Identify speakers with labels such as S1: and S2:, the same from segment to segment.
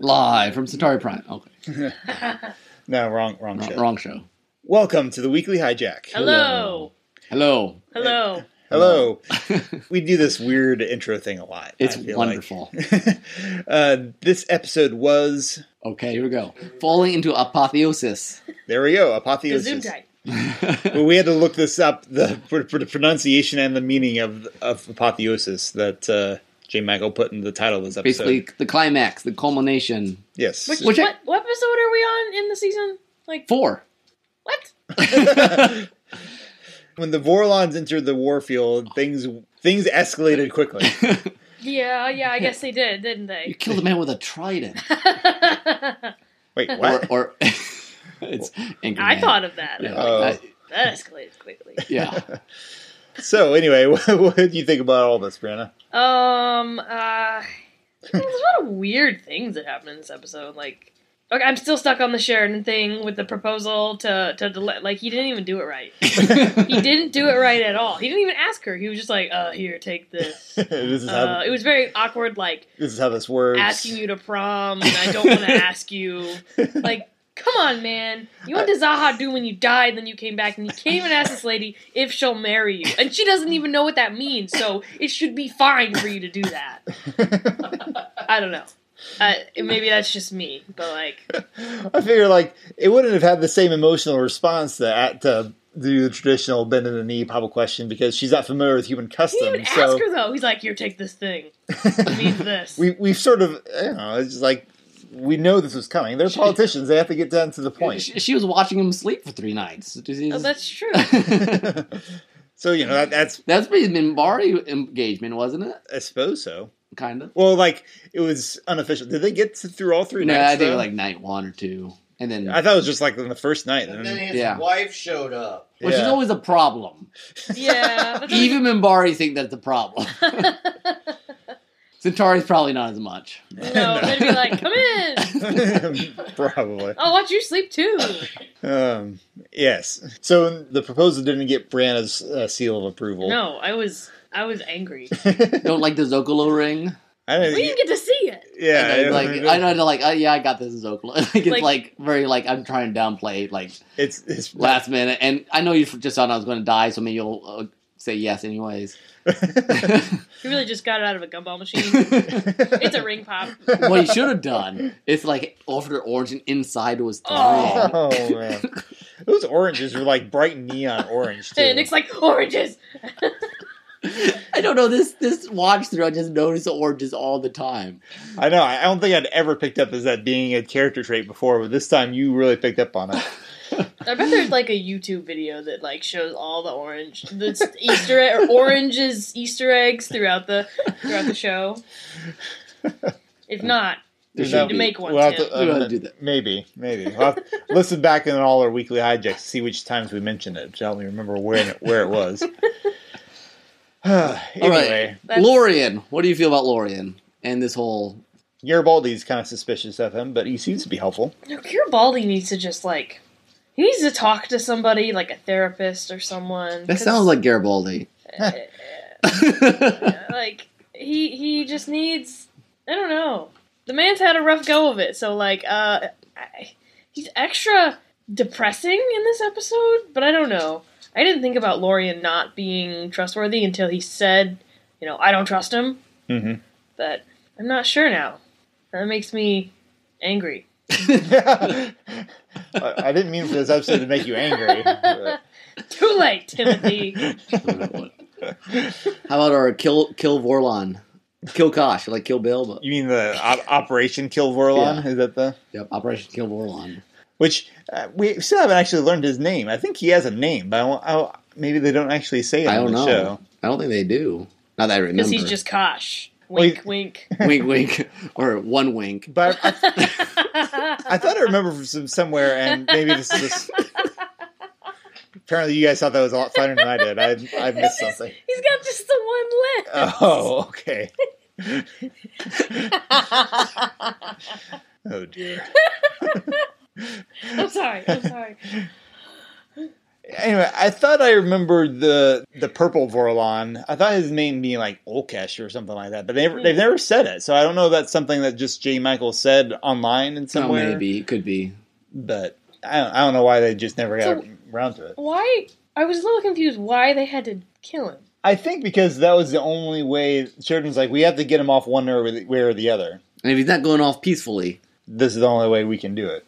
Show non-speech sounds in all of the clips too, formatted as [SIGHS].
S1: Live from Centauri Prime. Okay.
S2: No, wrong, wrong
S1: Wrong,
S2: show.
S1: wrong show.
S2: Welcome to the Weekly Hijack.
S3: Hello.
S1: Hello.
S3: Hello.
S2: Hello.
S1: [LAUGHS]
S2: we do this weird intro thing a lot.
S1: It's
S2: I feel
S1: wonderful.
S2: like. uh, this episode was
S1: okay, here we go. Falling into apotheosis.
S2: there we go
S3: The
S2: apotheosis.
S3: Zoom type.
S2: Well, we had to look this up the for, for the pronunciation and the meaning of of apotheosis that uh, J. Michael put in the title of this episode.
S1: Basically, the climax, the culmination.
S2: yes.
S3: Which,
S1: Which I-
S3: what, what episode are we on in the season? Like
S1: Four.
S3: what?
S2: when the Vorlons entered the warfield, things things
S1: [LAUGHS]
S2: escalated quickly.
S3: Yeah, yeah. I guess they did, didn't
S1: You
S3: they? [LAUGHS]
S1: killed a man with a trident.
S2: Wait, [LAUGHS] what?
S1: Or, [LAUGHS] or it's angry.
S3: I
S1: man.
S3: thought of that.
S1: Yeah,
S2: Oh.
S1: that-
S3: That escalated quickly.
S1: yeah.
S2: so anyway, [LAUGHS] what, what did you think about all this, Brianna? [LAUGHS]
S3: Um, uh, there's a lot of weird things that happened in this episode. Like, okay, I'm still stuck on the Sheridan thing with the proposal to to deli- like he didn't even do it [LAUGHS] right. He didn't do it right at all. He didn't even ask her. He was just like, "Uh, here, take this."
S2: this is
S3: Uh,
S2: how
S3: it was very awkward. Like,
S2: this is how this works. [LAUGHS]
S3: asking you to prom and I don't want to ask you. Like, come on, man. You went to Zaha Do when you died, then you came back, and you can't even ask this lady if she'll marry you. And she doesn't even know what that means, so it should be fine for you to do that. I don't know. Uh, maybe that's just me, but like,
S2: I figure like it wouldn't have had the same emotional response to at to do the traditional bend in the knee pop question because she's not familiar with human
S3: he didn't
S2: custom.
S3: even
S2: So
S3: ask her though. He's like, "Here, take this thing. It means this."
S2: we we've sort of I don't know, it's just like we know this was coming. They're politicians; they have to get down to the [LAUGHS] point.
S1: She, she was watching him sleep for three nights.
S3: oh,
S1: [LAUGHS]
S3: that's true.
S2: [LAUGHS] [LAUGHS] So you know that, that's
S1: That's pretty Minbari engagement, wasn't it?
S2: I suppose so.
S1: Kind of.
S2: Well, like it was unofficial. Did they get to, through all three
S1: No,
S2: nights?
S1: I think
S2: though?
S1: like night one or two, and then
S2: I thought it was just like on the first night.
S4: And then
S2: And
S4: his
S1: Yeah.
S4: wife showed up.
S1: which is
S2: yeah.
S1: [LAUGHS] always a problem.
S3: Yeah, that's
S1: Even Mimbari think that's a problem. Centauri's probably not as much.
S3: no. They'd be like, "Come in.
S2: [LAUGHS] [LAUGHS] Probably.
S3: I'll watch you sleep too."
S2: Um, yes. So the proposal didn't get Brianna's uh, seal of approval. [LAUGHS]
S3: No, I was, I was angry.
S1: Don't like the Zocalo ring.
S2: I don't.
S3: We didn't get to see it.
S2: yeah,
S1: And
S2: I
S1: then,
S2: don't-
S1: like I know, they're like oh, yeah, I got this Zocalo. [LAUGHS] like it's like,
S3: Like-
S1: very like I'm trying to downplay like
S2: It's it's [LAUGHS]
S1: last minute, and I know you just thought I was going to die, so maybe you'll uh, say yes anyways. [LAUGHS]
S3: He really just got it out of a gumball machine.
S1: [LAUGHS] what
S3: it's a ring pop.
S1: he should have done is like offered her orange, and inside was
S3: Oh.
S1: thrown.
S2: oh man, those oranges were like bright neon orange too.
S3: And Nick's like, oranges!
S1: [LAUGHS] I don't know this this watch through. I just notice the oranges all the time.
S2: I know. I I don't think I'd ever picked up as that being a character trait before, but this time you really picked up on it.
S3: I bet there's like a YouTube video that like shows all the
S1: [LAUGHS]
S3: orange, the Easter egg, or oranges Easter eggs throughout the throughout the show. If not,
S1: There
S2: Is
S1: should
S2: that-
S3: to
S1: be.
S3: make one.
S2: We'll have
S3: Tim.
S2: to, um,
S1: We'll have to do that.
S2: Maybe, maybe. We'll have to [LAUGHS] listen back in all our weekly hijacks to see which times we mentioned it to help me remember where it, where it [LAUGHS] was. [SIGHS] anyway,
S3: That's-
S1: Lorian, what do you feel about Lorian and this whole?
S2: Garibaldi's kind of suspicious of him, but he seems to be helpful.
S3: No, Garibaldi needs to just like he needs to talk to somebody like a therapist or someone.
S1: That
S3: 'cause,
S1: sounds like Garibaldi. [LAUGHS]
S3: uh, [LAUGHS] like he he just needs I don't know. The man's had a rough go of it, so like uh I, he's extra depressing in this episode, but I don't know. I didn't think about Lorian not being trustworthy until he said, you know, I don't trust him,
S2: hmm
S3: but I'm not sure now. That makes me angry.
S2: [LAUGHS]
S3: [LAUGHS]
S2: I, I didn't mean for this episode to make you angry. but-
S3: Too
S2: [LAUGHS]
S3: late, Timothy.
S1: How about our kill kill Vorlon, kill Kosh, like kill Bill, but
S2: You mean the op- Operation Kill Vorlon? Is that the
S1: yep, Operation Kill Vorlon.
S2: which uh, we still haven't actually learned his name? I think he has a name, but I won't- I won't- maybe they don't actually say it
S1: I
S2: on
S1: don't
S2: the
S1: know.
S2: show.
S1: I don't think they do. Not that I remember.
S3: Because he's just Kosh.
S2: Well,
S3: Wink,
S2: he-
S3: wink.
S1: [LAUGHS]
S3: [LAUGHS]
S1: wink, wink, or one wink. Oh,
S2: But I, I thought I remember from some, somewhere, and maybe this is. Just, apparently, you guys thought that was a lot funner than I did. I I missed something.
S3: He's got just the one left.
S2: Oh, okay. Oh dear. Oh,
S3: I'm sorry. I'm sorry.
S2: Anyway, I thought I remembered the the purple Vorlon. I thought his name being like Olkesh or something like that, but they never, they've never said it. So I don't know if that's something that just J. Michael said online in some
S1: So
S2: way.
S1: maybe it could be.
S2: But I don't, I don't know why they just never got
S3: So-
S2: around to it.
S3: Why? I was a little confused why they had to kill him.
S2: I think because that was the only way. Sheridan's like, we have to get him off one or the- way or the other.
S1: And if he's not going off peacefully,
S2: This is the only way we can do it.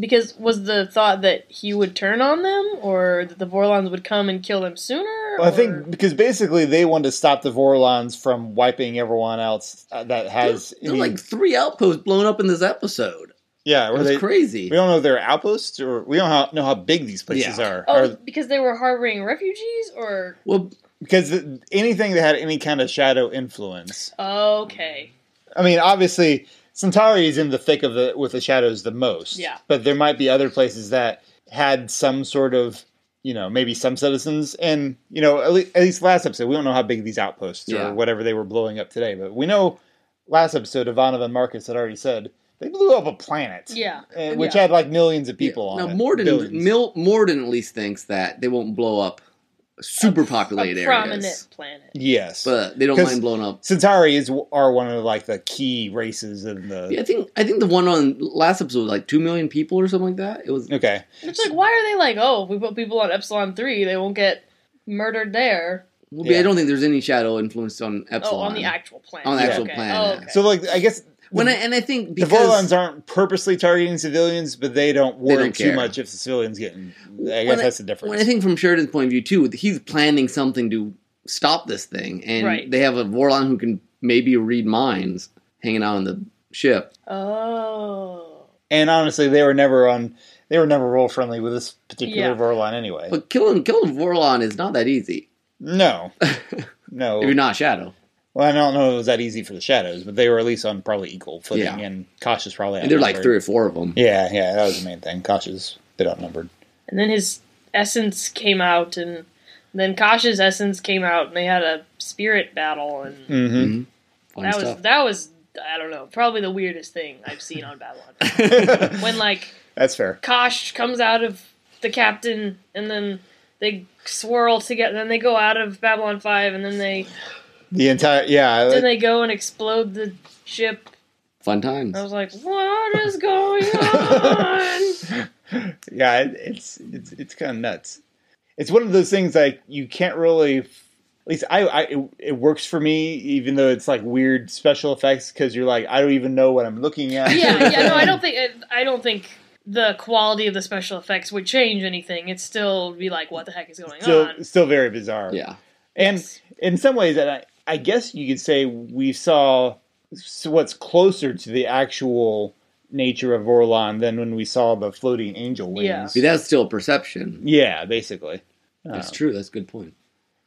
S3: Because was the thought that he would turn on them, or that the Vorlons would come and kill him sooner?
S2: Well, I
S3: or-
S2: think because basically they want to stop the Vorlons from wiping everyone else uh, that has.
S1: there were
S2: any-
S1: like three outposts blown up in this episode.
S2: yeah,
S1: It
S2: were
S1: was
S2: they,
S1: crazy.
S2: we don't know if they're outposts or we don't how, know how big these places
S1: Yeah.
S2: are.
S3: Oh,
S2: Or-
S3: because they were harboring refugees, or
S1: Well,
S2: because th- anything that had any kind of shadow influence.
S3: okay,
S2: I mean, obviously Centauri is in the thick of the with the shadows the most.
S3: Yeah.
S2: but there might be other places that had some sort of. You know, maybe some citizens, and you know, at, le- at least last episode, we don't know how big these outposts
S1: Yeah.
S2: or whatever they were blowing up today, but we know last episode, Ivanov and Marcus had already said they blew up a planet,
S3: yeah,
S2: uh, which
S3: Yeah.
S2: had like millions of people on
S1: now
S2: it. billions.
S1: Morden, Mil, Morden at least thinks that they won't blow up super populated
S3: a prominent
S1: areas,
S3: planet.
S2: yes,
S1: but they don't
S2: 'Cause-
S1: mind blowing up.
S2: Centauri is are one of like the key races in the.
S1: Yeah, I think I think the one on last episode was like two million people or something like that. It was
S2: Okay,
S3: It's like, why are they like, oh, if we put people on Epsilon 3, they won't get murdered there?
S1: Well,
S2: Yeah.
S1: I don't think there's any shadow influence on Epsilon.
S3: Oh, on the actual planet.
S1: On the
S2: Yeah.
S1: actual
S3: okay.
S1: planet.
S3: Oh, okay.
S2: so like I guess
S1: When I, and I think
S2: the
S1: because
S2: Vorlons aren't purposely targeting civilians, but they don't worry
S1: don't
S2: too
S1: care.
S2: much if the civilians getting. I
S1: When
S2: guess
S1: I-
S2: that's the difference.
S1: when I think from Sheridan's point of view too, he's planning something to stop this thing, and
S3: Right.
S1: they have a Vorlon who can maybe read minds hanging out on the ship.
S3: oh.
S2: and honestly, they were never on. They were never role friendly with this particular
S3: Yeah.
S2: Vorlon anyway.
S1: But killing killing Vorlon is not that easy [LAUGHS]
S2: no, no.
S1: if you're not Shadow.
S2: Well, I don't know if it was that easy for the shadows, but they were at least on probably equal footing,
S1: Yeah.
S2: and Cautious probably.
S1: And there are like
S2: outnumbered.
S1: three or four of them.
S2: Yeah, yeah, that was the main thing. Cautious a bit outnumbered.
S3: And then his essence came out, and then Kasha's essence came out, and they had a spirit battle, and
S2: Mm-hmm.
S1: Fun
S3: that was,
S1: stuff.
S3: that was, I don't know, probably the weirdest thing I've seen on Babylon.
S1: Mm.
S2: [LAUGHS]
S3: when, like,
S2: That's fair.
S3: Kosh comes out of the captain, and then they swirl together, and then they go out of Babylon 5, and then they,
S2: The entire yeah,
S3: then
S2: like-
S3: they go and explode the ship,
S1: Fun times.
S3: I was like, what is going on?
S2: yeah, it, it's it's it's kind of nuts. It's one of those things like you can't really. At least I, I it, it works for me, even though it's like weird special effects because you're like I don't even know what I'm looking at.
S3: yeah, yeah. No,
S2: [LAUGHS]
S3: I don't think I don't think the quality of the special effects would change anything. It'd still be like, what the heck is going
S2: Still,
S3: on?
S2: still very bizarre.
S1: Yeah.
S2: and in some ways, and I, I guess you could say we saw s- what's closer to the actual nature of Orlon than when we saw the floating angel
S3: Yeah.
S2: wings.
S1: See, that's still perception.
S2: Yeah, basically.
S1: That's
S2: Um,
S1: true. That's a good point.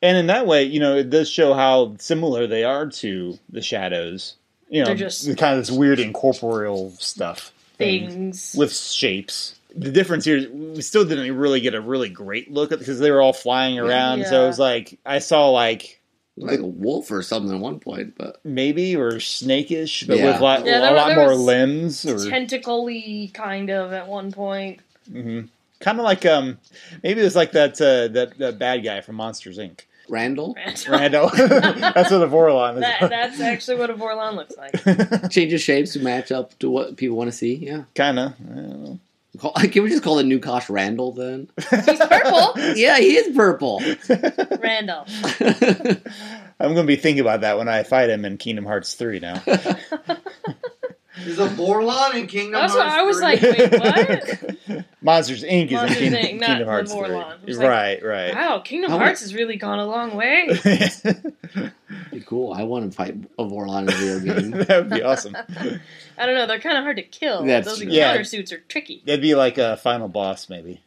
S2: And in that way, you know, it does show how similar they are to the shadows. You know,
S3: They're just-
S2: the kind of this weird incorporeal stuff
S3: Things.
S2: with shapes. The difference here, is we still didn't really get a really great look at because they were all flying around. So it
S3: Yeah.
S2: was like I saw like
S1: It was like a wolf or something at one point, but
S2: maybe or snakeish, but
S1: Yeah.
S2: with lot,
S3: Yeah,
S2: a
S3: there-
S2: lot
S3: there
S2: more
S3: was
S2: limbs or
S3: Tentacly kind of at one
S2: [LAUGHS]
S3: point.
S2: kind of mm-hmm. like um maybe it was like that uh, that that bad guy from Monsters Inc.
S1: Randall
S3: [LAUGHS]
S2: Randall. [LAUGHS] That's what a Vorlon is.
S3: that, that's actually what a Vorlon looks
S2: [LAUGHS]
S3: like.
S1: changes shapes to match up to what people want to see. Yeah.
S2: kind of.
S1: Call- [LAUGHS] Can we just call the new Kosh Randall then?
S3: He's
S2: [LAUGHS]
S3: purple,
S1: [LAUGHS] yeah, he is purple. [LAUGHS]
S3: Randall.
S2: I'm going to be thinking about that when I fight him in Kingdom Hearts 3 now.
S1: There's a Vorlon in Kingdom
S3: That's what I was like. [LAUGHS] Wait, what?
S2: [LAUGHS] Monsters Inc. is in
S3: Monsters,
S2: Kingdom,
S3: Inc., not
S2: Kingdom
S3: the
S2: Hearts 3.
S3: Vorlon. It's like-
S2: right, right.
S3: Wow, Kingdom
S1: How-
S3: Hearts has really gone a long way.
S1: cool. I want to fight a Vorlon in a video game.
S2: [LAUGHS] that would be
S3: [LAUGHS]
S2: awesome.
S3: I don't know. They're kind of hard to kill.
S1: That's
S3: Those
S1: true.
S3: encounter
S2: Yeah.
S3: suits are tricky.
S2: That'd be like a final boss, maybe.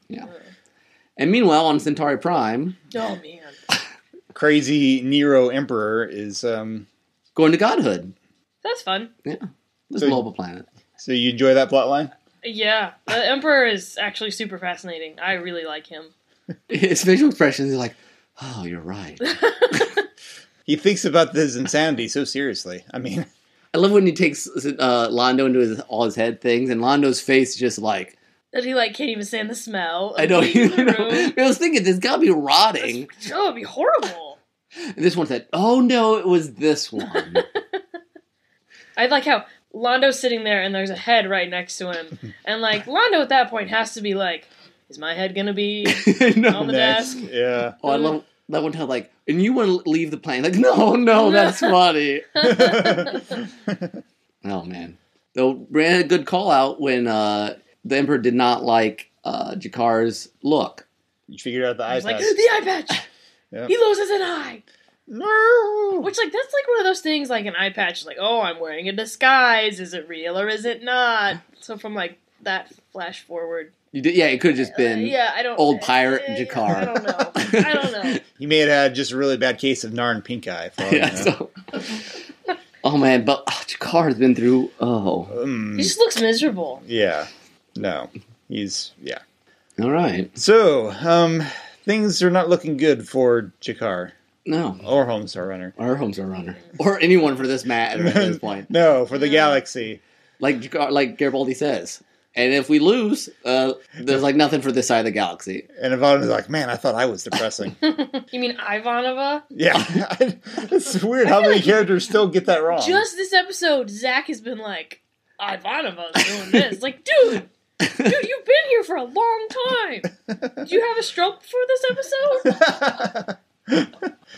S1: and meanwhile, on Centauri Prime,
S3: Oh man.
S2: Crazy Nero Emperor is. um
S1: going to godhood.
S3: That's fun.
S1: Yeah. Let's
S2: So-
S1: blow up a planet.
S2: So you enjoy that plotline?
S3: Yeah, the Emperor is actually super fascinating. I really like him.
S1: His facial expressions are like, oh, you're right.
S2: He thinks about this insanity so seriously. I mean,
S1: I love when he takes uh, Londo into his, all his head things, and Londo's face is just like,
S3: that he like can't even stand the smell.
S1: [LAUGHS]
S3: of
S1: I know.
S3: being in
S1: You
S3: the
S1: know I was thinking this got to be rotting.
S3: That's- oh, it'd be horrible.
S1: And this one said, "Oh no, it was this one." [LAUGHS]
S3: I like how Londo's sitting there and there's a head right next to
S2: [LAUGHS]
S3: him, and like Londo at that point has to be like, "Is my head gonna
S2: [LAUGHS]
S3: be?"
S1: no.
S3: [LAUGHS] On the
S2: Next.
S3: desk. [LAUGHS]
S2: Yeah. [LAUGHS]
S1: Oh, I love that one. Time like, and you want to leave the plane? Like, [LAUGHS] no, no, that's funny. Oh man. Though Brand had a good call out when uh, the Emperor did not like uh, Jakar's look.
S2: you figured out the
S3: I
S2: eye
S3: was like,
S2: patch.
S3: "The eye
S2: [LAUGHS]
S3: patch."
S2: Yeah.
S3: He loses an eye,
S2: No.
S3: which like that's like one of those things. Like an eye patch is like, "Oh, I'm wearing a disguise. Is it real or is it not?" So from like that flash forward,
S1: You did, yeah, it could have just been.
S3: Uh, yeah, I don't
S1: old pirate and
S3: Yeah,
S1: Jakar.
S3: I don't know. I don't know.
S2: He may have had just a really bad case of Narn pink eye. For all we
S1: [LAUGHS] [LAUGHS] Yeah,
S2: know.
S1: so. [LAUGHS] Oh man, but oh, Jakar has been through. Oh,
S2: Mm,
S3: He just looks miserable.
S2: yeah. No. He's yeah.
S1: all right.
S2: So, um, things are not looking good for Jakar
S1: No,
S2: or Homestar Runner.
S1: our homes are runner, or anyone for this matter at
S2: [LAUGHS]
S1: this point.
S2: No, for the
S3: Yeah.
S2: galaxy.
S1: Like Jakar, like Garibaldi says, and if we lose, uh, there's like nothing for this side of the galaxy.
S2: And Ivan is like, man, I thought I was depressing. [LAUGHS]
S3: You mean Ivanova?
S2: yeah. [LAUGHS] it's weird how
S3: feel
S2: many
S3: like
S2: characters still get that wrong.
S3: Just this episode, Zach has been like, Ivanova's doing this. like, dude, dude, you've been here for a long time. Did you have a stroke for this episode?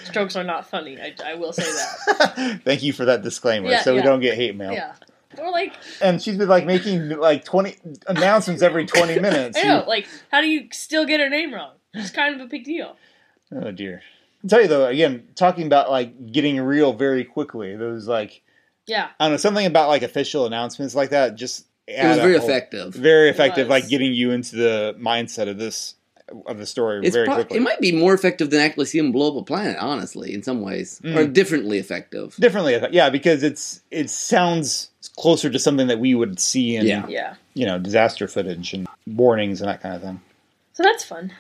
S3: Strokes are not funny. I, I will say that.
S2: [LAUGHS] Thank you for that disclaimer
S3: Yeah,
S2: so we
S3: yeah.
S2: don't get hate mail.
S3: Yeah. Or like,
S2: And she's been like making like 20 announcements every 20 minutes.
S3: [LAUGHS] I know, like, how do you still get her name wrong? It's kind of a big deal.
S2: Oh dear. I'll tell you though, again, talking about like getting real very quickly, those like
S3: Yeah.
S2: I don't know, something about like official announcements like that just
S1: It was
S2: add a
S1: very
S2: whole-
S1: effective.
S2: Very effective,
S3: was.
S2: like getting you into the mindset of this of the story
S1: It's
S2: very
S1: prob-
S2: quickly.
S1: it might be more effective than actually seeing him blow up a planet, honestly, in some ways,
S2: Mm.
S1: or differently effective.
S2: Differently, I thought. yeah, because it's it sounds closer to something that we would see in
S1: Yeah.
S3: Yeah.
S2: you know disaster footage and warnings and that kind of thing.
S3: So that's fun.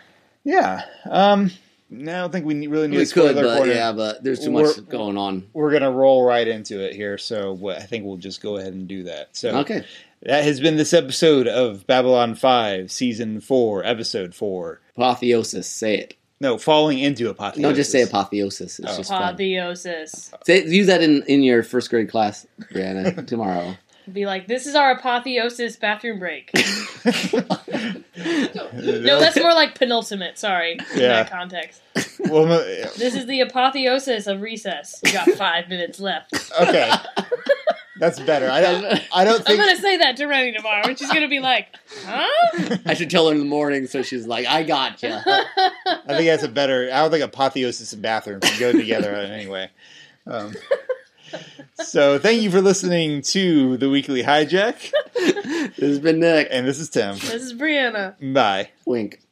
S2: Yeah. Um. No, I don't think we ne- really need
S1: We
S2: a spoiler
S1: could, but
S2: corner.
S1: yeah, but there's too
S2: We're-
S1: much going on.
S2: We're gonna roll right into it here, so what, I think we'll just go ahead and do that. So
S1: Okay,
S2: that has been this episode of Babylon Five, Season Four, Episode Four.
S1: apotheosis. Say it.
S2: No, falling into apotheosis.
S1: Don't just say
S2: [LAUGHS]
S1: apotheosis. It's
S2: Oh.
S1: just fun.
S3: Apotheosis.
S1: Say, use that in, in your first grade class, Brianna,
S2: [LAUGHS]
S1: tomorrow.
S3: Be like, this is our apotheosis bathroom break. No,
S2: no,
S3: that's more like penultimate. Sorry, in
S2: Yeah.
S3: that context.
S2: well, no,
S3: This is the apotheosis of recess. You got five minutes left.
S2: okay. That's better. I don't. I don't
S3: I'm
S2: think.
S3: gonna say that to Rennie tomorrow, and she's gonna be like, "Huh?"
S1: I should tell her in the morning so she's like, I got gotcha.
S2: [LAUGHS] I think that's a better. I don't think apotheosis and bathroom can go together [LAUGHS] anyway. Um, so, thank you for listening to the weekly hijack,
S1: you. This has been Nick.
S2: and this is Tim.
S3: This is Brianna.
S2: Bye.
S1: Wink.